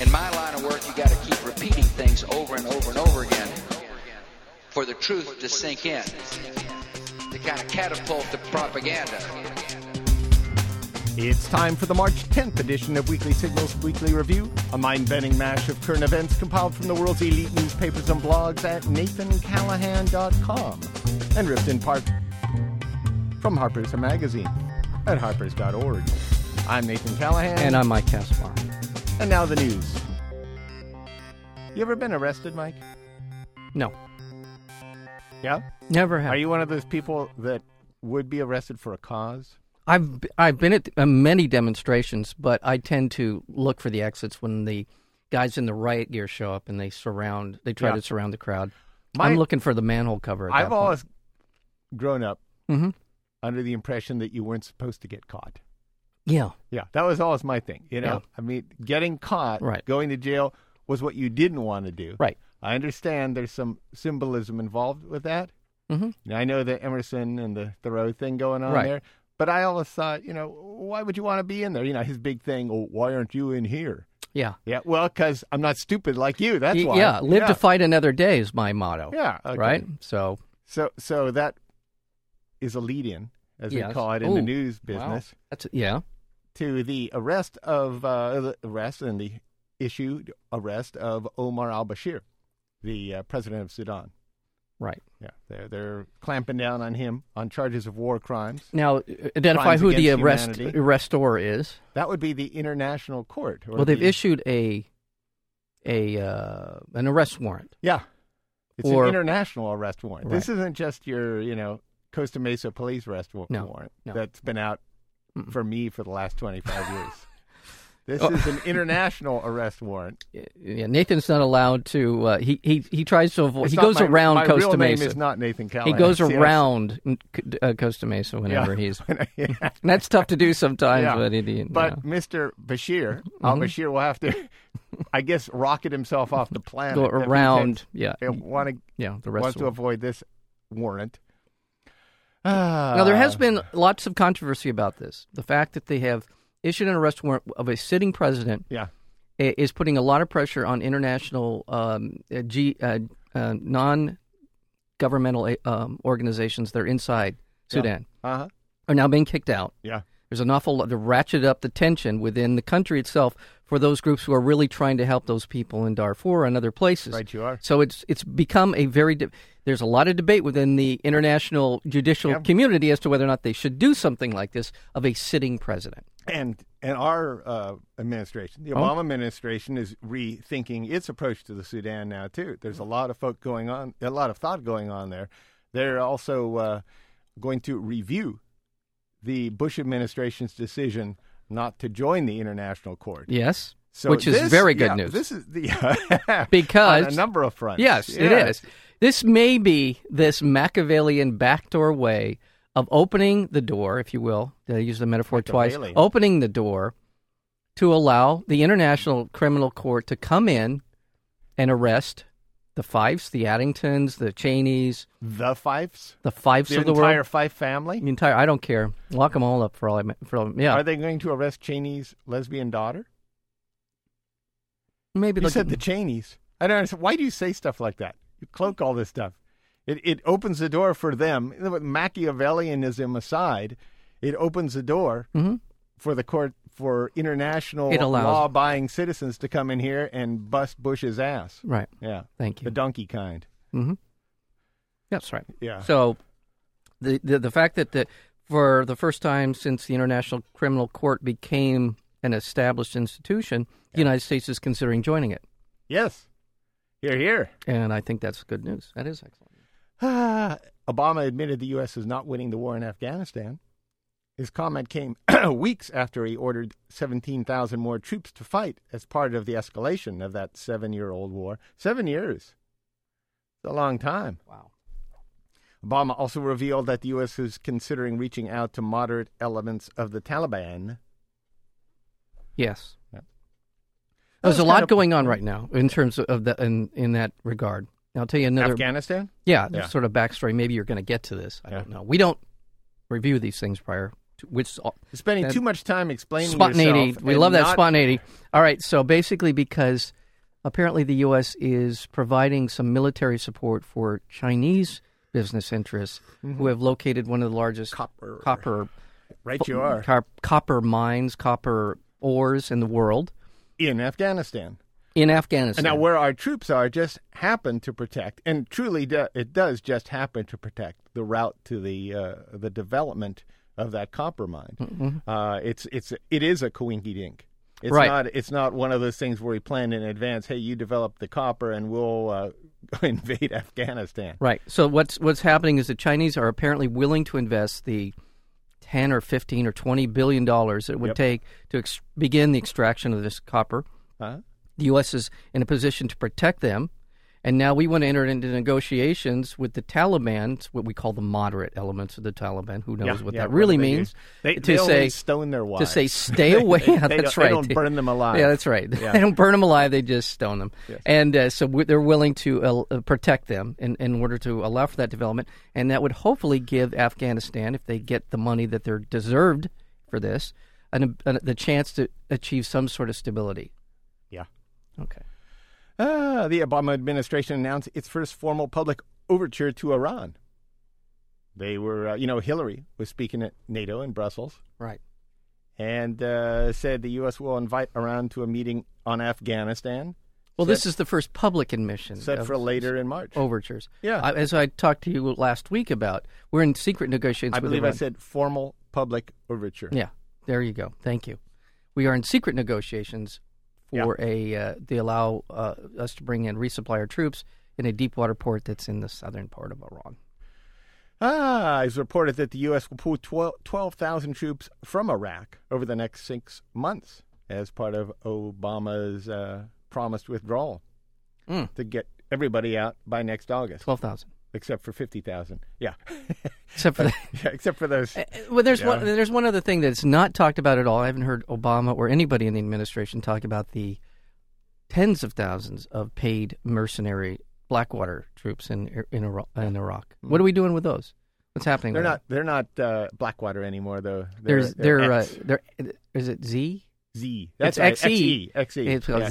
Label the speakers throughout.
Speaker 1: In my line of work, you got to keep repeating things over and over and over again for the truth to sink in, to kind of catapult the propaganda.
Speaker 2: It's time for the March 10th edition of Weekly Signals Weekly Review, a mind bending mash of current events compiled from the world's elite newspapers and blogs at nathancallahan.com and ripped in part from Harper's Magazine at harpers.org. I'm Nathan Callahan.
Speaker 3: And I'm Mike Kaspar.
Speaker 2: And now the news. You ever been arrested, Mike?
Speaker 3: No,
Speaker 2: Yeah?
Speaker 3: never have.
Speaker 2: Are you one of those people that would be arrested for a cause?
Speaker 3: I've b- I've been at uh, many demonstrations, but I tend to look for the exits when the guys in the riot gear show up and they surround. They try
Speaker 2: Yeah.
Speaker 3: to surround the crowd.
Speaker 2: My-
Speaker 3: I'm looking for the manhole cover. At
Speaker 2: I've
Speaker 3: that point.
Speaker 2: always grown up
Speaker 3: Mhm.
Speaker 2: under the impression that you weren't supposed to get caught.
Speaker 3: Yeah.
Speaker 2: Yeah, that was always my thing. You know,
Speaker 3: Yeah.
Speaker 2: I mean, getting caught,
Speaker 3: Right.
Speaker 2: going to jail was what you didn't want to do.
Speaker 3: Right.
Speaker 2: I understand there's some symbolism involved with that.
Speaker 3: hmm
Speaker 2: And I know the Emerson and the Thoreau thing going on
Speaker 3: Right.
Speaker 2: there, but I always thought, you know, why would you want to be in there? You know, his big thing, oh, why aren't you in here?
Speaker 3: Yeah.
Speaker 2: Yeah, well, because I'm not stupid like you. That's
Speaker 3: Y-
Speaker 2: why.
Speaker 3: Yeah. Live
Speaker 2: yeah.
Speaker 3: to fight another day is my motto.
Speaker 2: Yeah, okay.
Speaker 3: Right. So
Speaker 2: So, so that is a lead in, as
Speaker 3: Yes.
Speaker 2: we call it in
Speaker 3: Ooh,
Speaker 2: the news
Speaker 3: wow.
Speaker 2: business.
Speaker 3: that's yeah.
Speaker 2: to the arrest of uh, the arrest and the issued arrest of Omar al-Bashir, the uh, president of Sudan.
Speaker 3: Right.
Speaker 2: Yeah, they're they're clamping down on him on charges of war crimes.
Speaker 3: Now uh, identify
Speaker 2: Crimes
Speaker 3: who the
Speaker 2: against
Speaker 3: arrest
Speaker 2: humanity.
Speaker 3: arrestor is.
Speaker 2: That would be the international court. or
Speaker 3: Well, they've
Speaker 2: the-
Speaker 3: issued a a uh, an arrest warrant.
Speaker 2: Yeah, it's
Speaker 3: Or-
Speaker 2: an international arrest warrant. This
Speaker 3: Right.
Speaker 2: isn't just your you know Costa Mesa police arrest wa-
Speaker 3: No,
Speaker 2: warrant
Speaker 3: no.
Speaker 2: that's been out
Speaker 3: Mm-mm.
Speaker 2: for me for the last twenty five years. This
Speaker 3: Oh.
Speaker 2: is an international arrest warrant.
Speaker 3: Yeah, Nathan's not allowed to. Uh, he he he tries to avoid.
Speaker 2: It's
Speaker 3: he
Speaker 2: not
Speaker 3: goes
Speaker 2: my-
Speaker 3: around
Speaker 2: my
Speaker 3: Costa
Speaker 2: real
Speaker 3: Mesa.
Speaker 2: Name is not Nathan
Speaker 3: he
Speaker 2: Callahan.
Speaker 3: goes
Speaker 2: See, I'm-
Speaker 3: around uh, Costa Mesa whenever
Speaker 2: Yeah.
Speaker 3: he's.
Speaker 2: Yeah.
Speaker 3: And that's tough to do sometimes,
Speaker 2: Yeah.
Speaker 3: but it, you
Speaker 2: But
Speaker 3: know.
Speaker 2: Mr. Bashir,
Speaker 3: Mm-hmm.
Speaker 2: Al Bashir will have to, I guess, rocket himself off the planet.
Speaker 3: Go
Speaker 2: if he
Speaker 3: around,
Speaker 2: takes-
Speaker 3: yeah.
Speaker 2: if wanna-
Speaker 3: yeah, the
Speaker 2: wants
Speaker 3: rest. Of
Speaker 2: to
Speaker 3: them.
Speaker 2: avoid this warrant.
Speaker 3: Now there has
Speaker 2: Ah,
Speaker 3: been lots of controversy about this. The fact that they have issued an arrest warrant of a sitting president
Speaker 2: Yeah.
Speaker 3: i- is putting a lot of pressure on international um, uh, G, uh, uh, non-governmental uh, um, organizations that are inside Sudan
Speaker 2: Uh huh.
Speaker 3: are now being kicked out.
Speaker 2: Yeah.
Speaker 3: There's an awful lot to ratchet up the tension within the country itself for those groups who are really trying to help those people in Darfur and other places.
Speaker 2: Right, you are.
Speaker 3: So it's it's become a very de- there's a lot of debate within the international judicial
Speaker 2: Yeah.
Speaker 3: community as to whether or not they should do something like this of a sitting president.
Speaker 2: And and our uh, administration,
Speaker 3: Oh.
Speaker 2: the Obama administration, is rethinking its approach to the Sudan now too. There's a lot of folk going on, a lot of thought going on there. They're also uh, going to review the Bush administration's decision not to join the international court.
Speaker 3: Yes,
Speaker 2: So
Speaker 3: which is
Speaker 2: this-
Speaker 3: very good
Speaker 2: yeah,
Speaker 3: news.
Speaker 2: This is the
Speaker 3: Because-
Speaker 2: on a number of fronts.
Speaker 3: yes, it is. This may be this Machiavellian backdoor way of opening the door, if you will. Did I use the metaphor twice?
Speaker 2: Machiavellian.
Speaker 3: Opening the door to allow the International Criminal Court to come in and arrest the Fifes, the Addingtons, the Cheneys,
Speaker 2: The Fifes,
Speaker 3: the Fifes
Speaker 2: the
Speaker 3: of the
Speaker 2: entire
Speaker 3: world.
Speaker 2: Fife family.
Speaker 3: The entire, I don't care. Lock them all up for all I, ma- for all, yeah.
Speaker 2: Are they going to arrest Cheney's lesbian daughter?
Speaker 3: Maybe
Speaker 2: You
Speaker 3: they'll
Speaker 2: said the
Speaker 3: get-
Speaker 2: Cheneys. I don't understand. Why do you say stuff like that? You cloak all this stuff. It it opens the door for them. Machiavellianism aside, it opens the door
Speaker 3: Mhm.
Speaker 2: for the court for international
Speaker 3: It allows-
Speaker 2: law-abiding citizens to come in here and bust Bush's ass.
Speaker 3: right.
Speaker 2: Yeah,
Speaker 3: Thank
Speaker 2: the
Speaker 3: you.
Speaker 2: donkey kind.
Speaker 3: hmm That's right.
Speaker 2: Yeah.
Speaker 3: So, the, the the fact that the for the first time since the International Criminal Court became an established institution, the United States is considering joining it,
Speaker 2: Yes. Here, here.
Speaker 3: and I think that's good news. That is excellent.
Speaker 2: Obama admitted the U.S. is not winning the war in Afghanistan. His comment came weeks after he ordered 17,000 more troops to fight as part of the escalation of that seven year old war. Seven years. It's a long time.
Speaker 3: Wow.
Speaker 2: Obama also revealed that the U.S. is considering reaching out to moderate elements of the Taliban.
Speaker 3: Yes.
Speaker 2: Yeah.
Speaker 3: There's
Speaker 2: That
Speaker 3: a
Speaker 2: was
Speaker 3: lot
Speaker 2: kind of-
Speaker 3: going on right now in terms of the in in that regard. And I'll tell you another.
Speaker 2: Afghanistan?
Speaker 3: Yeah,
Speaker 2: Yeah.
Speaker 3: sort of backstory. Maybe you're going to get to this. I
Speaker 2: Yeah.
Speaker 3: don't know. We don't review these things prior which
Speaker 2: Spending too much time explaining
Speaker 3: spontaneity.
Speaker 2: yourself
Speaker 3: We
Speaker 2: and
Speaker 3: love that
Speaker 2: not-
Speaker 3: spontaneity. All right, so basically, because apparently the U.S. is providing some military support for Chinese business interests who have located one of the largest
Speaker 2: Mm-hmm. Copper.
Speaker 3: copper
Speaker 2: Right, you are
Speaker 3: cop- copper mines, copper ores in the world
Speaker 2: in Afghanistan.
Speaker 3: in Afghanistan.
Speaker 2: And now, where our troops are, just happen to protect, and truly, do, it does just happen to protect the route to the uh, the development of that copper mine. Uh, it's it's it is a coinky dink. It's
Speaker 3: Mm-hmm. Right.
Speaker 2: not it's not one of those things where we plan in advance. Hey, you develop the copper, and we'll uh, invade Afghanistan.
Speaker 3: Right. So what's what's happening is the Chinese are apparently willing to invest the ten or fifteen or twenty billion dollars it would take to ex- begin the extraction of this copper.
Speaker 2: Huh?
Speaker 3: The U.S. is in a position to protect them, and now we want to enter into negotiations with the Taliban, it's what we call the moderate elements of the Taliban. Who knows
Speaker 2: Yeah,
Speaker 3: what
Speaker 2: yeah,
Speaker 3: that
Speaker 2: what do
Speaker 3: really
Speaker 2: they do?
Speaker 3: means?
Speaker 2: They-
Speaker 3: to
Speaker 2: they only
Speaker 3: say
Speaker 2: stone their
Speaker 3: To
Speaker 2: wives.
Speaker 3: say stay away. yeah,
Speaker 2: they
Speaker 3: that's
Speaker 2: don't- they
Speaker 3: right.
Speaker 2: don't burn them alive.
Speaker 3: Yeah, that's right. they don't burn them alive. They just stone them. And uh, so we, they're willing to uh, uh, protect them in, in order to allow for that development. And that would hopefully give Afghanistan, if they get the money that they're deserved for this, an, an, the chance to achieve some sort of stability.
Speaker 2: Yeah.
Speaker 3: Okay.
Speaker 2: Ah, the Obama administration announced its first formal public overture to Iran. They were, uh, you know, Hillary was speaking at NATO in Brussels
Speaker 3: Right.
Speaker 2: and uh, said the U.S. will invite Iran to a meeting on Afghanistan
Speaker 3: Well, this is the first public admission.
Speaker 2: set
Speaker 3: of
Speaker 2: for later in March.
Speaker 3: Overtures.
Speaker 2: Yeah.
Speaker 3: I, as I talked to you last week about, we're in secret negotiations
Speaker 2: I
Speaker 3: with
Speaker 2: believe I
Speaker 3: Iran.
Speaker 2: said formal public overture.
Speaker 3: Yeah, there you go. Thank you. We are in secret negotiations for a uh, they allow uh, us to bring in resupply our troops in a deep water port that's in the southern part of Iran.
Speaker 2: Ah, it's reported that the U.S. will pull 12 12,000 troops from Iraq over the next six months as part of Obama's uh, promised withdrawal
Speaker 3: Mm.
Speaker 2: to get everybody out by next August.
Speaker 3: Twelve thousand,
Speaker 2: except for 50,000. Yeah.
Speaker 3: except for the,
Speaker 2: yeah, except for those.
Speaker 3: well, there's
Speaker 2: Yeah.
Speaker 3: one there's one other thing that's not talked about at all. I haven't heard Obama or anybody in the administration talk about the tens of thousands of paid mercenary Blackwater troops in in, Ira- in Iraq. What are we doing with those? What's happening?
Speaker 2: They're
Speaker 3: with
Speaker 2: not they're not uh, Blackwater anymore though.
Speaker 3: them? There's they're
Speaker 2: they're
Speaker 3: uh,
Speaker 2: X,
Speaker 3: they're is it Z?
Speaker 2: Z. That's
Speaker 3: it's
Speaker 2: right, XE.
Speaker 3: XE.
Speaker 2: XE.
Speaker 3: It's called
Speaker 2: yeah,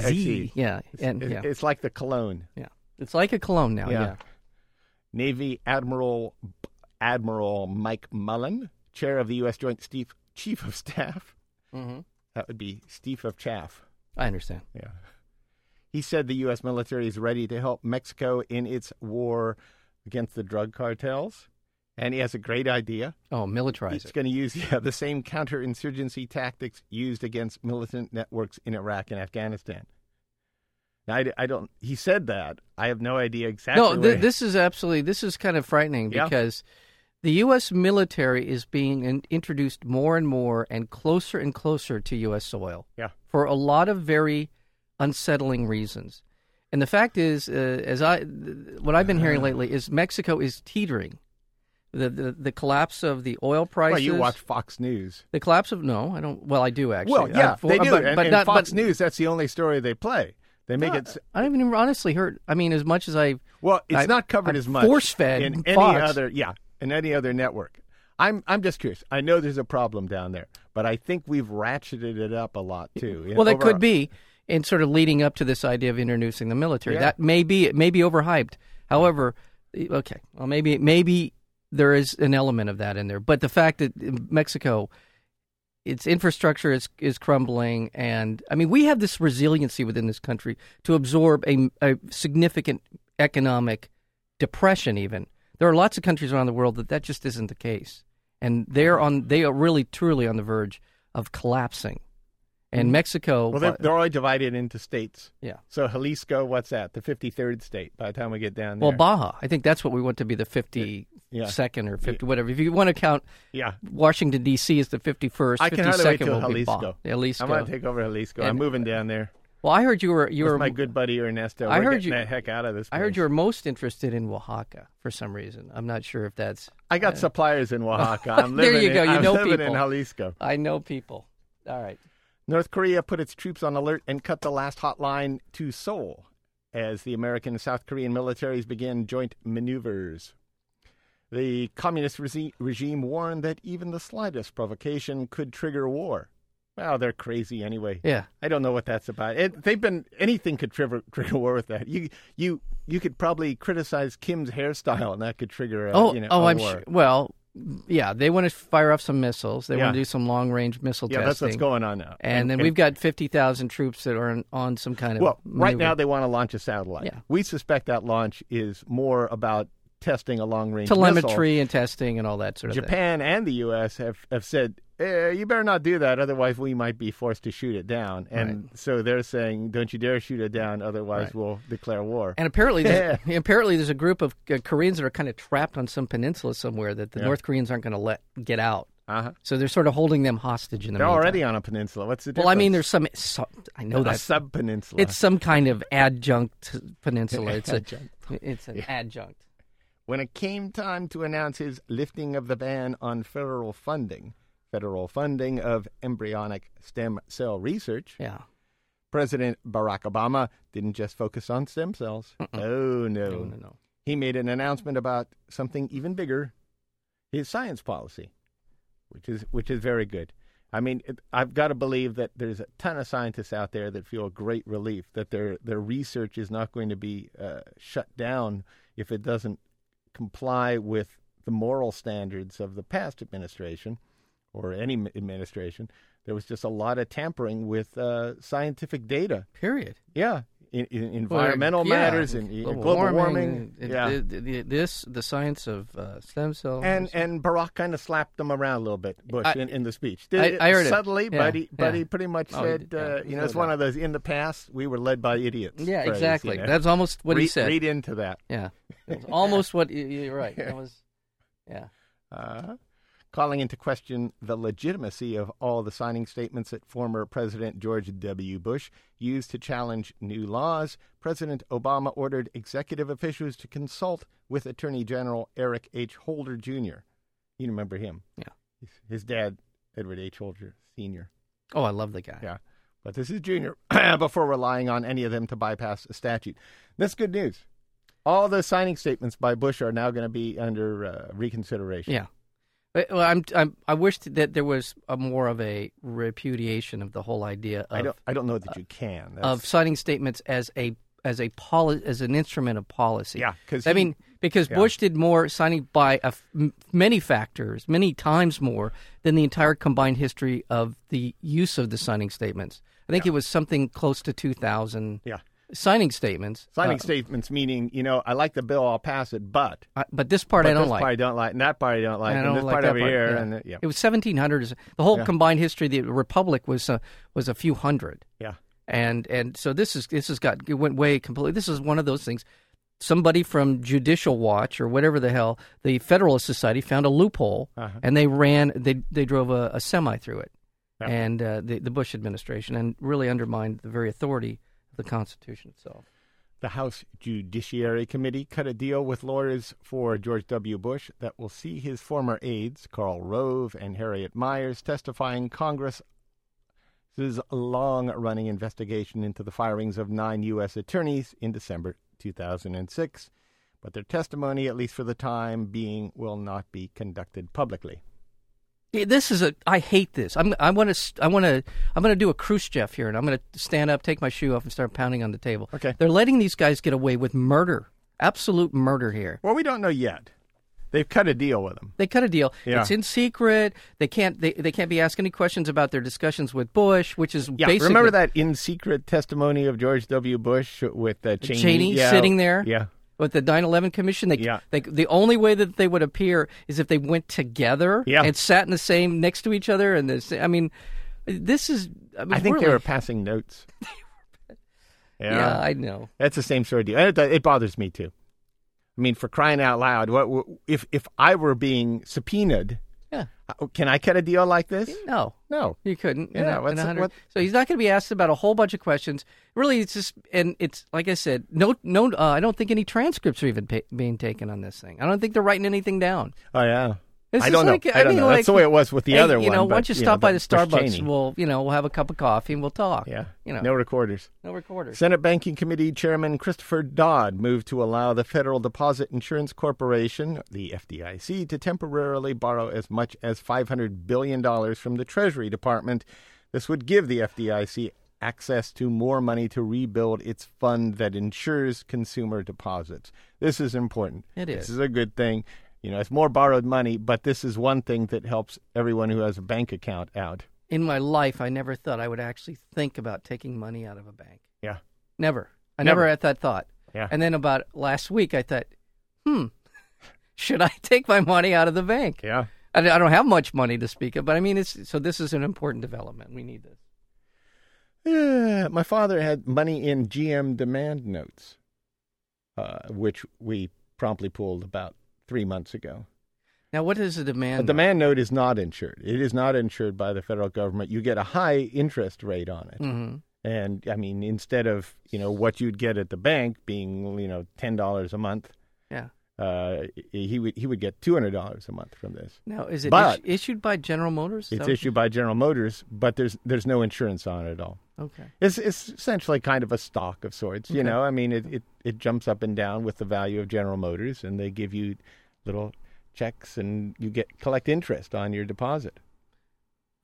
Speaker 2: XE.
Speaker 3: Z. Yeah, and
Speaker 2: It-
Speaker 3: yeah,
Speaker 2: It's like the cologne.
Speaker 3: yeah. It's like a cologne now. Yeah.
Speaker 2: Yeah. Navy Admiral Admiral Mike Mullen, chair of the US Joint Chief Chief of Staff.
Speaker 3: Mhm.
Speaker 2: That would be Chief of Chaff.
Speaker 3: I understand.
Speaker 2: Yeah. He said the U.S. military is ready to help Mexico in its war against the drug cartels. And he has a great idea.
Speaker 3: Oh, militarize
Speaker 2: It's
Speaker 3: it.
Speaker 2: going to use yeah, the same counterinsurgency tactics used against militant networks in Iraq and Afghanistan. Now, I, I don't. He said that. I have no idea exactly.
Speaker 3: No,
Speaker 2: where-
Speaker 3: th- this is absolutely this is kind of frightening
Speaker 2: Yeah.
Speaker 3: because the U.S. military is being in- introduced more and more and closer and closer to U.S. soil
Speaker 2: Yeah.
Speaker 3: for a lot of very unsettling reasons. And the fact is, uh, as I th- what I've been hearing
Speaker 2: Uh-huh.
Speaker 3: lately is Mexico is teetering. The, the the collapse of the oil prices.
Speaker 2: Well, you watch Fox News.
Speaker 3: The collapse of no, I don't. Well, I do actually.
Speaker 2: well, yeah,
Speaker 3: I've-
Speaker 2: they do.
Speaker 3: But,
Speaker 2: and
Speaker 3: but
Speaker 2: and
Speaker 3: not,
Speaker 2: Fox
Speaker 3: but,
Speaker 2: News. That's the only story they play. They make it. s-
Speaker 3: I haven't even honestly heard. I mean, as much as I,
Speaker 2: Well, it's
Speaker 3: I-
Speaker 2: not covered
Speaker 3: I
Speaker 2: as much
Speaker 3: force-fed
Speaker 2: in any
Speaker 3: Fox.
Speaker 2: other. Yeah, in any other network. I'm I'm just curious. I know there's a problem down there, but I think we've ratcheted it up a lot too.
Speaker 3: well, that
Speaker 2: Over-
Speaker 3: could be, in sort of leading up to this idea of introducing the military.
Speaker 2: Yeah.
Speaker 3: That may be it may be overhyped. However, e, okay, well, maybe maybe there is an element of that in there. But the fact that Mexico, its infrastructure is is crumbling, and I mean, we have this resiliency within this country to absorb a, a significant economic depression. Even there are lots of countries around the world that that just isn't the case, and they're on they are really truly on the verge of collapsing. And Mexico,
Speaker 2: Mm-hmm. Well, they're, they're already divided into states.
Speaker 3: yeah.
Speaker 2: So Jalisco, what's that? The fifty-third state. By the time we get down there,
Speaker 3: Well, Baja. I think that's what we want to be the 52nd
Speaker 2: Yeah.
Speaker 3: or 50, whatever. If you want to count
Speaker 2: yeah,
Speaker 3: Washington, D.C. as the 51st,
Speaker 2: I
Speaker 3: 52nd
Speaker 2: can hardly wait till
Speaker 3: will be Baja.
Speaker 2: Jalisco. I'm going to take over Jalisco. I'm
Speaker 3: And-
Speaker 2: moving down there
Speaker 3: Well, I heard you were you were
Speaker 2: with my good buddy Ernesto.
Speaker 3: I
Speaker 2: We're
Speaker 3: heard
Speaker 2: getting
Speaker 3: you-
Speaker 2: the heck out of this.
Speaker 3: I heard
Speaker 2: place.
Speaker 3: you were most interested in Oaxaca for some reason. I'm not sure if that's
Speaker 2: I got suppliers in Oaxaca. I'm
Speaker 3: There
Speaker 2: living
Speaker 3: you
Speaker 2: in,
Speaker 3: go. You
Speaker 2: I'm
Speaker 3: know
Speaker 2: living in
Speaker 3: people.
Speaker 2: Jalisco.
Speaker 3: I know people. All right.
Speaker 2: North Korea put its troops on alert and cut the last hotline to Seoul as the American and South Korean militaries begin joint maneuvers. The communist resi- regime warned that even the slightest provocation could trigger war. Well, they're crazy anyway.
Speaker 3: Yeah.
Speaker 2: I don't know what that's about. It, they've been anything could trigger, trigger war with that. You you you could probably criticize Kim's hairstyle, and that could trigger. A,
Speaker 3: Oh,
Speaker 2: you know,
Speaker 3: oh,
Speaker 2: a
Speaker 3: I'm
Speaker 2: war.
Speaker 3: sure. Well, yeah, they want to fire off some missiles. They
Speaker 2: Yeah.
Speaker 3: want to do some long range missile
Speaker 2: Yeah,
Speaker 3: testing.
Speaker 2: that's what's going on now.
Speaker 3: And, then we've got fifty thousand troops that are on, on some kind of
Speaker 2: well, right
Speaker 3: maneuver.
Speaker 2: now they want to launch a satellite.
Speaker 3: Yeah.
Speaker 2: We suspect that launch is more about testing a long range
Speaker 3: telemetry and testing and all that sort of thing.
Speaker 2: Japan and the U.S. have have said. Eh, you better not do that, otherwise we might be forced to shoot it down. And so they're saying, "Don't you dare shoot it down, otherwise
Speaker 3: Right.
Speaker 2: we'll declare war."
Speaker 3: And apparently, there's, apparently, there's a group of uh, Koreans that are kind of trapped on some peninsula somewhere that the North Koreans aren't going to let get out.
Speaker 2: uh-huh.
Speaker 3: So they're sort of holding them hostage in the
Speaker 2: They're
Speaker 3: meantime.
Speaker 2: already on a peninsula. What's the difference?
Speaker 3: Well, I mean, there's some. So, I know
Speaker 2: a
Speaker 3: that
Speaker 2: sub peninsula.
Speaker 3: it's some kind of adjunct peninsula. It's a. It's an adjunct.
Speaker 2: when it came time to announce his lifting of the ban on federal funding, federal funding of embryonic stem cell research,
Speaker 3: Yeah.
Speaker 2: President Barack Obama didn't just focus on stem cells. Oh no.
Speaker 3: No, no, no.
Speaker 2: He made an announcement about something even bigger, his science policy, which is which is very good. I mean, it, I've got to believe that there's a ton of scientists out there that feel great relief that their their research is not going to be uh, shut down if it doesn't comply with the moral standards of the past administration or any m- administration. There was just a lot of tampering with uh, scientific data.
Speaker 3: Period.
Speaker 2: Yeah, in, in environmental
Speaker 3: Yeah.
Speaker 2: matters and global, warming.
Speaker 3: and
Speaker 2: yeah.
Speaker 3: th- th- th- this the science of uh, stem cells.
Speaker 2: and and Barack kind of slapped them around a little bit, Bush,
Speaker 3: I-
Speaker 2: in, in the speech.
Speaker 3: I- I heard it.
Speaker 2: subtly, but
Speaker 3: Yeah,
Speaker 2: he but
Speaker 3: yeah.
Speaker 2: he pretty much
Speaker 3: Oh, he
Speaker 2: said,
Speaker 3: did, yeah.
Speaker 2: uh,
Speaker 3: He
Speaker 2: you know,
Speaker 3: said
Speaker 2: it's one
Speaker 3: that.
Speaker 2: of those in the past we were led by idiots.
Speaker 3: yeah,
Speaker 2: phrases,
Speaker 3: exactly.
Speaker 2: you know.
Speaker 3: That's almost what he
Speaker 2: Read-
Speaker 3: said.
Speaker 2: Read into that.
Speaker 3: Yeah, it was almost what you- you're right. That was. Yeah.
Speaker 2: Uh, calling into question the legitimacy of all the signing statements that former President George W. Bush used to challenge new laws, President Obama ordered executive officials to consult with Attorney General Eric H. Holder Jr. You remember him?
Speaker 3: Yeah.
Speaker 2: His- His dad, Edward H. Holder Sr.
Speaker 3: Oh, I love the guy.
Speaker 2: Yeah. But this is Jr. before relying on any of them to bypass a statute. That's good news. All the signing statements by Bush are now going to be under uh, reconsideration.
Speaker 3: Yeah. But, Well, I'm, I'm, I wish that there was a more of a repudiation of the whole idea of
Speaker 2: I don't. I don't know that you can.
Speaker 3: of
Speaker 2: That's-
Speaker 3: signing statements as a as a poli- as an instrument of policy.
Speaker 2: Yeah, 'cause
Speaker 3: I
Speaker 2: he-
Speaker 3: mean, because
Speaker 2: yeah.
Speaker 3: Bush did more signing by a f- m- many factors, many times more than the entire combined history of the use of the signing statements. I think it was something close to two thousand
Speaker 2: yeah.
Speaker 3: signing statements.
Speaker 2: Signing
Speaker 3: Uh,
Speaker 2: statements meaning you know I like the bill, I'll pass it, but,
Speaker 3: I- but this part
Speaker 2: but
Speaker 3: I don't
Speaker 2: this
Speaker 3: like.
Speaker 2: part I don't like, and that part I don't like,
Speaker 3: And I
Speaker 2: and
Speaker 3: don't
Speaker 2: this
Speaker 3: like
Speaker 2: part
Speaker 3: that
Speaker 2: over
Speaker 3: part,
Speaker 2: here,
Speaker 3: yeah.
Speaker 2: and uh, yeah,
Speaker 3: It was 1700. is- The whole
Speaker 2: Yeah.
Speaker 3: combined history of the Republic was uh, was a few hundred,
Speaker 2: yeah,
Speaker 3: and and so this is this has got it went way completely. This is one of those things. Somebody from Judicial Watch or whatever the hell, the Federalist Society found a loophole,
Speaker 2: Uh-huh.
Speaker 3: and they ran they they drove a, a semi through it,
Speaker 2: Yeah.
Speaker 3: and uh, the the Bush administration, and really undermined the very authority of the Constitution itself.
Speaker 2: The House Judiciary Committee cut a deal with lawyers for George W. Bush that will see his former aides, Karl Rove and Harriet Myers, testify in Congress. This is a long running investigation into the firings of nine U.S. attorneys in December 2006, but their testimony, at least for the time being, will not be conducted publicly.
Speaker 3: Yeah, This is a. I hate this. I'm. I want to. I want to. I'm going to do a Khrushchev here, and I'm going to stand up, take my shoe off, and start pounding on the table.
Speaker 2: Okay.
Speaker 3: They're letting these guys get away with murder, absolute murder here.
Speaker 2: Well, we don't know yet. They've cut a deal with them.
Speaker 3: They cut a deal.
Speaker 2: Yeah.
Speaker 3: It's in secret. They can't. They, they can't be asked any questions about their discussions with Bush, which is
Speaker 2: Yeah,
Speaker 3: basically.
Speaker 2: remember that in secret testimony of George W. Bush with uh, Cheney,
Speaker 3: Cheney
Speaker 2: Yeah.
Speaker 3: sitting there.
Speaker 2: Yeah.
Speaker 3: With the 9/11 Commission, they,
Speaker 2: Yeah.
Speaker 3: they the only way that they would appear is if they went together
Speaker 2: Yeah.
Speaker 3: and sat in the same next to each other. And this, I mean, this is. I, mean,
Speaker 2: I think they
Speaker 3: really-
Speaker 2: were passing notes. yeah.
Speaker 3: yeah, I know.
Speaker 2: That's the same sort of deal. And It, it bothers me too. I mean, for crying out loud, what w- if if I were being subpoenaed?
Speaker 3: Yeah.
Speaker 2: uh, Can I cut a deal like this?
Speaker 3: No.
Speaker 2: No.
Speaker 3: You couldn't. in
Speaker 2: Yeah,
Speaker 3: a- in
Speaker 2: what's
Speaker 3: a
Speaker 2: it-
Speaker 3: hundred.
Speaker 2: what-
Speaker 3: So he's not going to be asked about a whole bunch of questions. Really, it's just, and it's like I said, no, no. Uh, I don't think any transcripts are even pa- being taken on this thing. I don't think they're writing anything down.
Speaker 2: Oh yeah.
Speaker 3: This
Speaker 2: I
Speaker 3: is
Speaker 2: don't know.
Speaker 3: like-
Speaker 2: I don't
Speaker 3: mean,
Speaker 2: know.
Speaker 3: Like,
Speaker 2: That's the way it was with the
Speaker 3: hey,
Speaker 2: other
Speaker 3: You know,
Speaker 2: one, but,
Speaker 3: why don't you
Speaker 2: you
Speaker 3: stop
Speaker 2: know,
Speaker 3: by the
Speaker 2: but Bush
Speaker 3: Starbucks?
Speaker 2: Cheney.
Speaker 3: We'll, you know, we'll have a cup of coffee and we'll talk.
Speaker 2: Yeah.
Speaker 3: You know,
Speaker 2: No recorders.
Speaker 3: no recorders.
Speaker 2: Senate Banking Committee Chairman Christopher Dodd moved to allow the Federal Deposit Insurance Corporation, the FDIC, to temporarily borrow as much as $500 billion from the Treasury Department. This would give the FDIC access to more money to rebuild its fund that insures consumer deposits. This is important.
Speaker 3: It
Speaker 2: This
Speaker 3: is.
Speaker 2: is a good thing. You know, it's more borrowed money, but this is one thing that helps everyone who has a bank account out.
Speaker 3: In my life, I never thought I would actually think about taking money out of a bank.
Speaker 2: Yeah.
Speaker 3: Never. I
Speaker 2: Never.
Speaker 3: never, had that thought.
Speaker 2: Yeah.
Speaker 3: And then about last week, I thought, hmm, should I take my money out of the bank?
Speaker 2: Yeah.
Speaker 3: I I don't have much money to speak of, but I mean, it's so this is an important development. We need this.
Speaker 2: Yeah, Eh, my father had money in GM demand notes, uh, which we promptly pulled about three months ago.
Speaker 3: Now, what is a demand?
Speaker 2: A
Speaker 3: note?
Speaker 2: demand note is not insured. It is not insured by the federal government. You get a high interest rate on it.
Speaker 3: Mhm.
Speaker 2: And I mean, instead of, you know, what you'd get at the bank being, you know, $10 a month,
Speaker 3: Yeah.
Speaker 2: uh, he would he would get $200 a month from this.
Speaker 3: Now, is it
Speaker 2: But-
Speaker 3: is- issued by General Motors? Is
Speaker 2: It's
Speaker 3: that-
Speaker 2: issued by General Motors, but there's there's no insurance on it at all.
Speaker 3: Okay.
Speaker 2: It's it's essentially kind of a stock of sorts, you
Speaker 3: Okay.
Speaker 2: know. I mean, it, it it jumps up and down with the value of General Motors, and they give you little checks, and you get collect interest on your deposit.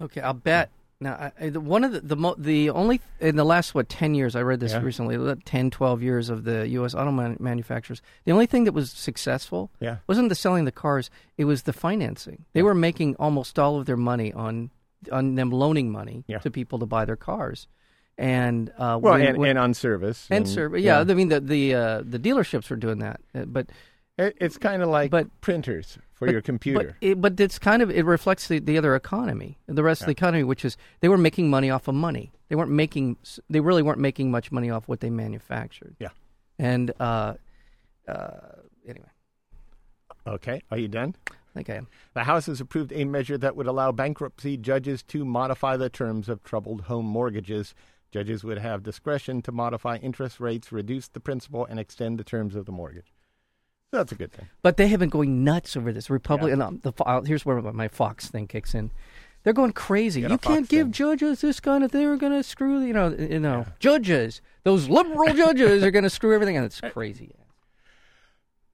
Speaker 3: Okay, I'll bet. Now, I- I, the, one of the the, mo- the only in the last what ten years I read this
Speaker 2: Yeah.
Speaker 3: recently, the 10, 12 years of the U.S. auto man- manufacturers. The only thing that was successful
Speaker 2: Yeah.
Speaker 3: wasn't the selling the cars; it was the financing. They were making almost all of their money on on them loaning money
Speaker 2: Yeah.
Speaker 3: to people to buy their cars, and uh,
Speaker 2: Well,
Speaker 3: when-
Speaker 2: and,
Speaker 3: when-
Speaker 2: and on service
Speaker 3: and serv- yeah, I mean the the uh, the dealerships were doing that, uh, but
Speaker 2: It- it's kind of like
Speaker 3: But-
Speaker 2: printers for
Speaker 3: but-
Speaker 2: your computer.
Speaker 3: But, it, but it's kind of it reflects the, the other economy, the rest of the economy, which is they were making money off of money. They weren't making they really weren't making much money off what they manufactured.
Speaker 2: Yeah.
Speaker 3: And uh, uh, anyway,
Speaker 2: okay, are you done?
Speaker 3: I think I am.
Speaker 2: The House has approved a measure that would allow bankruptcy judges to modify the terms of troubled home mortgages. Judges would have discretion to modify interest rates, reduce the principal, and extend the terms of the mortgage. So that's a good thing.
Speaker 3: But they have been going nuts over this Republican. and, um, the fo- uh, here's where my- my Fox thing kicks in. They're going crazy.
Speaker 2: Get a
Speaker 3: you can't
Speaker 2: Fox
Speaker 3: give
Speaker 2: thing.
Speaker 3: judges this kind of. They're going to screw. You know. You know. Judges. Those liberal judges are going to screw everything. And it's crazy.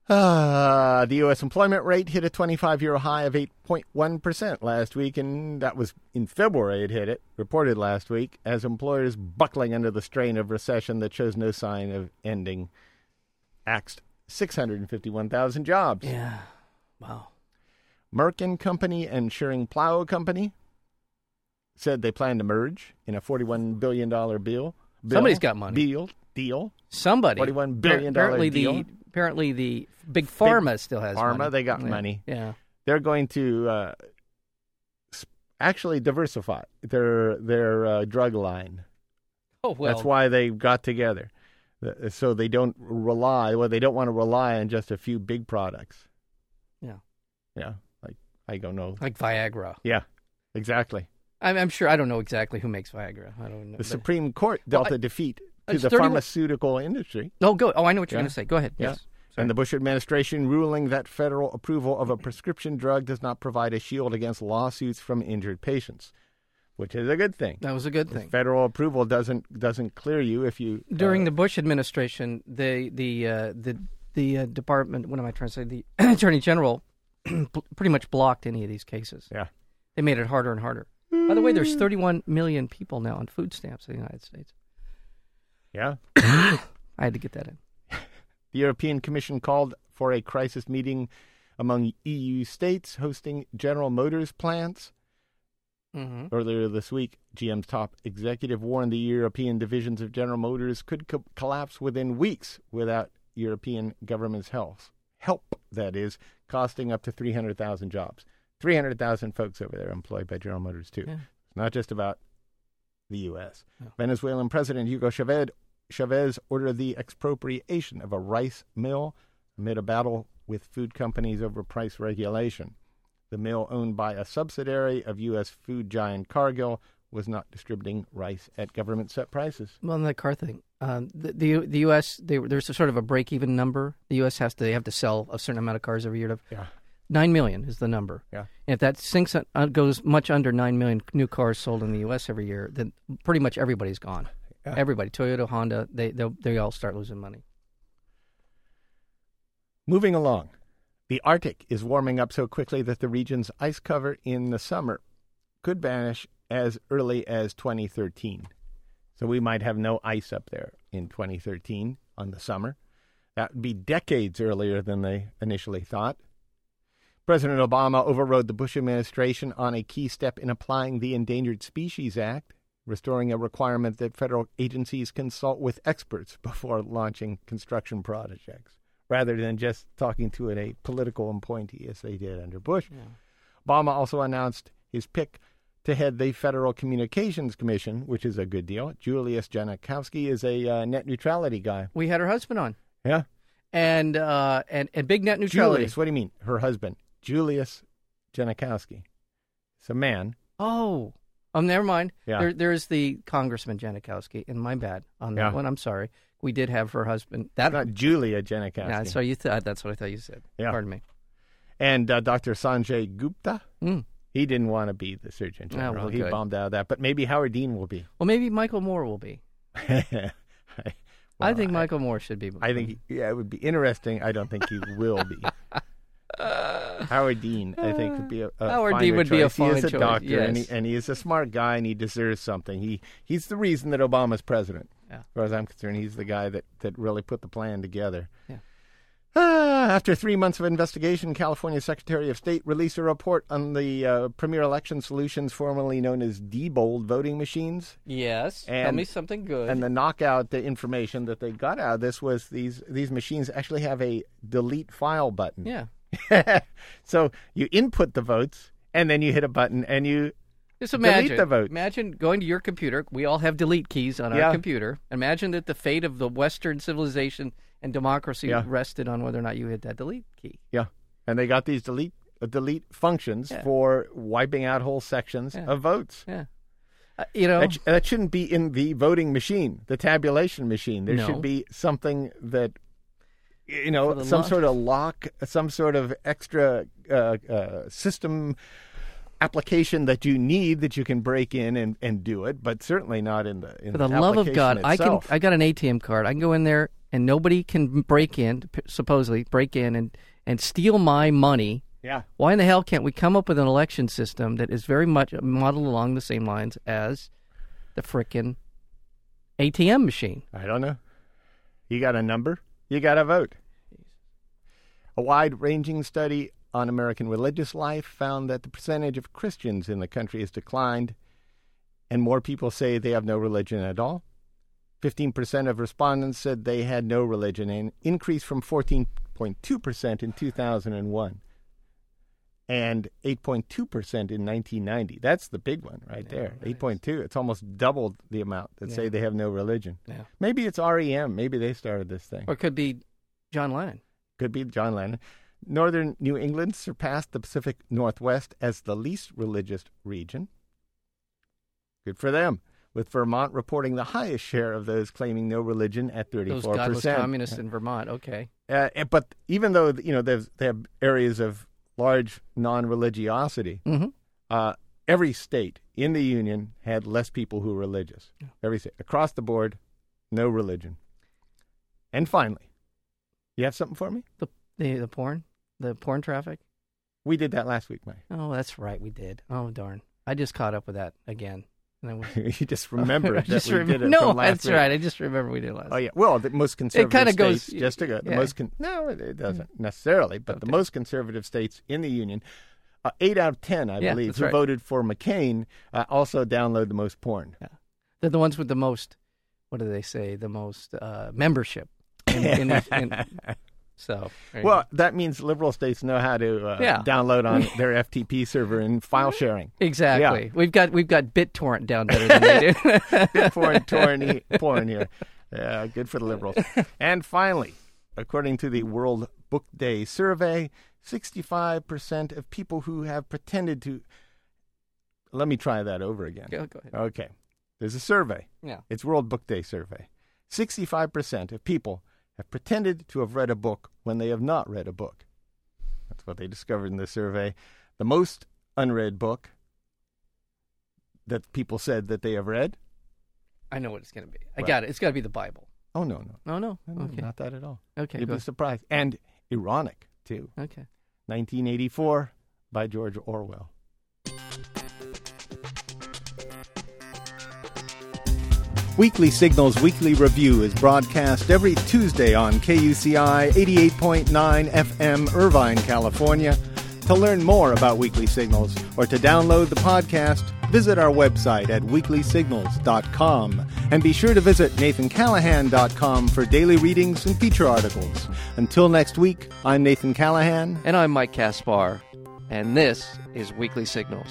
Speaker 2: Uh, the U.S. employment rate hit a 25 year high of 8.1% last week, and that was in February it hit it, reported last week, as employers buckling under the strain of recession that shows no sign of ending axed 651,000 jobs.
Speaker 3: Yeah. Wow.
Speaker 2: Merck and Company and Schering Plow Company said they plan to merge in a $41 billion bill. bill
Speaker 3: Somebody's got money.
Speaker 2: Deal. Deal.
Speaker 3: Somebody.
Speaker 2: $41 billion
Speaker 3: Appar- apparently
Speaker 2: deal.
Speaker 3: The, apparently, the big pharma still has
Speaker 2: pharma,
Speaker 3: money.
Speaker 2: they got
Speaker 3: Yeah.
Speaker 2: money.
Speaker 3: Yeah.
Speaker 2: they're going to uh, s- actually diversify their their uh, drug line.
Speaker 3: Oh well.
Speaker 2: That's why they got together, Th- so they don't rely. Well, they don't want to rely on just a few big products.
Speaker 3: Yeah.
Speaker 2: Yeah, like I don't know.
Speaker 3: Like Viagra.
Speaker 2: Yeah, exactly.
Speaker 3: I'm, I'm sure. I don't know exactly who makes Viagra. I don't know.
Speaker 2: The
Speaker 3: but-
Speaker 2: Supreme Court
Speaker 3: Well,
Speaker 2: dealt
Speaker 3: I-
Speaker 2: a defeat to
Speaker 3: it's
Speaker 2: the
Speaker 3: 31
Speaker 2: pharmaceutical industry.
Speaker 3: oh, go. Oh, I know what you're
Speaker 2: Yeah.
Speaker 3: going to say. Go ahead.
Speaker 2: Yeah.
Speaker 3: Yes. Sorry.
Speaker 2: And the Bush administration ruling that federal approval of a prescription drug does not provide a shield against lawsuits from injured patients, which is a good thing.
Speaker 3: that was a good thing.
Speaker 2: federal approval doesn't doesn't clear you if you uh,
Speaker 3: During the Bush administration, the the uh, the the uh, department. What am I trying to say? The attorney general pretty much blocked any of these cases.
Speaker 2: yeah
Speaker 3: They made it harder and harder. By the way, there's 31 million people now on food stamps in the United States.
Speaker 2: yeah
Speaker 3: I had to get that in.
Speaker 2: the European Commission called for a crisis meeting among EU states hosting General Motors plants
Speaker 3: Mm-hmm.
Speaker 2: earlier this week. GM's top executive warned the European divisions of General Motors could co- collapse within weeks without European governments' help. Help that is costing up to three hundred thousand jobs. Three hundred thousand folks over there employed by General Motors too.
Speaker 3: Yeah.
Speaker 2: It's not just about the U.S.
Speaker 3: No.
Speaker 2: Venezuelan President Hugo Chavez, Chavez ordered the expropriation of a rice mill amid a battle with food companies over price regulation. The mill, owned by a subsidiary of U.S. food giant Cargill, was not distributing rice at government set prices.
Speaker 3: Well, on that car thing, um, the, the U- the U.S. They, there's a sort of a break even number. The U.S. has to they have to sell a certain amount of cars every year to
Speaker 2: Yeah.
Speaker 3: nine million is the number.
Speaker 2: Yeah.
Speaker 3: And if that sinks uh, goes much under nine million new cars sold in the U.S. every year, then pretty much everybody's gone.
Speaker 2: Yeah.
Speaker 3: Everybody, Toyota, Honda, they they'll- they all start losing money.
Speaker 2: Moving along, the Arctic is warming up so quickly that the region's ice cover in the summer could vanish as early as 2013. So we might have no ice up there in 2013 on the summer. That would be decades earlier than they initially thought. President Obama overrode the Bush administration on a key step in applying the Endangered Species Act, restoring a requirement that federal agencies consult with experts before launching construction projects, rather than just talking to a political appointee as they did under Bush. Obama also announced his pick to head the Federal Communications Commission, which is a good deal. Julius Janikowski is a uh, net neutrality guy.
Speaker 3: We had her husband on,
Speaker 2: Yeah.
Speaker 3: and uh, and and big net neutrality.
Speaker 2: Julius, what do you mean? Her husband, Julius Janikowski. It's a man.
Speaker 3: Oh, um, never mind.
Speaker 2: Yeah.
Speaker 3: There, there's the Congressman Janikowski, and my bad on that
Speaker 2: Yeah.
Speaker 3: one. I'm sorry. We did have her husband. That
Speaker 2: Not Julia Janikowski.
Speaker 3: Yeah, so you thought that's what I thought you said.
Speaker 2: Yeah.
Speaker 3: Pardon me.
Speaker 2: and uh, Dr. Sanjay Gupta,
Speaker 3: Mm.
Speaker 2: he didn't want to be the Surgeon
Speaker 3: Ah,
Speaker 2: General.
Speaker 3: well,
Speaker 2: he
Speaker 3: good.
Speaker 2: bombed out of that, but maybe Howard Dean will be.
Speaker 3: Well, maybe Michael Moore will be. I
Speaker 2: Well,
Speaker 3: think Michael Moore should be.
Speaker 2: I think yeah, it would be interesting. I don't think he will be. Howard Dean, I think, would be a, a
Speaker 3: Howard
Speaker 2: finer
Speaker 3: Dean would be a
Speaker 2: choice. He is
Speaker 3: fine
Speaker 2: a
Speaker 3: choice,
Speaker 2: doctor, and, he,
Speaker 3: yes.
Speaker 2: and he is a smart guy, and he deserves something. He he's the reason that Obama's president.
Speaker 3: Yeah.
Speaker 2: As far as I'm concerned, he's the guy that, that really put the plan together.
Speaker 3: Yeah.
Speaker 2: Ah, after three months of investigation, California Secretary of State released a report on the uh, Premier Election Solutions, formerly known as Diebold voting machines.
Speaker 3: Yes. Tell
Speaker 2: And-
Speaker 3: me something good.
Speaker 2: And the knockout, the information that they got out of this was these these machines actually have a delete file button.
Speaker 3: yeah.
Speaker 2: so you input the votes, and then you hit a button, and you
Speaker 3: Just
Speaker 2: Delete
Speaker 3: imagine.
Speaker 2: the vote.
Speaker 3: Imagine going to your computer. We all have delete keys on
Speaker 2: Yeah.
Speaker 3: our computer. Imagine that the fate of the Western civilization and democracy
Speaker 2: Yeah.
Speaker 3: rested on whether or not you hit that delete key.
Speaker 2: yeah, and they got these delete uh, delete functions
Speaker 3: Yeah.
Speaker 2: for wiping out whole sections
Speaker 3: Yeah.
Speaker 2: of votes.
Speaker 3: Yeah. Uh, you know.
Speaker 2: That, sh- that shouldn't be in the voting machine, the tabulation machine. There
Speaker 3: No.
Speaker 2: should be something that, you know,
Speaker 3: the
Speaker 2: some
Speaker 3: lock.
Speaker 2: sort of lock, some sort of extra uh, uh, system application that you need that you can break in and, and do it, but certainly not in the in
Speaker 3: For the love of God,
Speaker 2: application
Speaker 3: I can.
Speaker 2: itself.
Speaker 3: I got an ATM card. I can go in there, and nobody can break in, p- supposedly break in and and steal my money.
Speaker 2: yeah.
Speaker 3: Why in the hell can't we come up with an election system that is very much modeled along the same lines as the frickin' ATM machine?
Speaker 2: I don't know. You got a number, you got a vote. A wide ranging study on American religious life found that the percentage of Christians in the country has declined, and more people say they have no religion at all. 15% of respondents said they had no religion, an increase from 14.2% in 2001 and 8.2% in 1990. That's the big one right there. 8.2. It's almost doubled the amount that say they have no religion.
Speaker 3: Yeah.
Speaker 2: Maybe it's REM. Maybe they started this thing.
Speaker 3: Or it could be John Lennon.
Speaker 2: Could be John Lennon. Northern New England surpassed the Pacific Northwest as the least religious region. Good for them. With Vermont reporting the highest share of those claiming no religion at 34%.
Speaker 3: Those godless communists in Vermont. Okay.
Speaker 2: Uh, and- but even though you know there's, they have areas of large non-religiosity,
Speaker 3: hmm
Speaker 2: uh, every state in the union had less people who were religious. Every state across the board, no religion. And finally, you have something for me?
Speaker 3: The, the the porn, the porn traffic.
Speaker 2: We did that last week, Mike.
Speaker 3: Oh, that's right. We did. Oh darn. I just caught up with that again. And I was-
Speaker 2: you just remember
Speaker 3: I
Speaker 2: that
Speaker 3: just
Speaker 2: we
Speaker 3: rem-
Speaker 2: did it
Speaker 3: no,
Speaker 2: from last
Speaker 3: that's
Speaker 2: week.
Speaker 3: right. I just remember we did it last.
Speaker 2: Oh yeah. Well, the most conservative
Speaker 3: kinda goes-
Speaker 2: states just to go. The
Speaker 3: yeah. Mm.
Speaker 2: most con- no, it- it doesn't necessarily, but the
Speaker 3: Okay.
Speaker 2: most conservative states in the union, uh, eight out of ten, I
Speaker 3: Yeah,
Speaker 2: believe,
Speaker 3: that's
Speaker 2: who
Speaker 3: right.
Speaker 2: voted for McCain, uh, also download the most porn.
Speaker 3: They're the ones with the most. What do they say? The most uh, membership. In, in, in- so there you
Speaker 2: Well, that means liberal states know how to uh,
Speaker 3: Yeah.
Speaker 2: download on their FTP server and file sharing.
Speaker 3: go. exactly. We've got we've got BitTorrent down better than they do.
Speaker 2: Foreign torn porn here. Yeah, good for the liberals. And finally, according to the World Book Day survey, 65% of people who have pretended to. Let me try that over again.
Speaker 3: go, go ahead.
Speaker 2: Okay. There's a survey.
Speaker 3: Yeah.
Speaker 2: It's World Book Day survey. 65% of people have pretended to have read a book when they have not read a book. That's what they discovered in this survey. The most unread book that people said that they have read.
Speaker 3: I know what it's going to be. I
Speaker 2: What?
Speaker 3: got it. It's got to be the Bible.
Speaker 2: Oh no, no,
Speaker 3: Oh no.
Speaker 2: no, no,
Speaker 3: okay.
Speaker 2: not that at all.
Speaker 3: Okay.
Speaker 2: You'd
Speaker 3: go-
Speaker 2: be surprised, and ironic too.
Speaker 3: Okay.
Speaker 2: 1984 by George Orwell. Weekly Signals Weekly Review is broadcast every Tuesday on KUCI 88.9 FM, Irvine, California. To learn more about Weekly Signals or to download the podcast, visit our website at weeklysignals.com. And be sure to visit nathancallahan.com for daily readings and feature articles. Until next week, I'm Nathan Callahan.
Speaker 3: And I'm Mike Caspar, and this is Weekly Signals.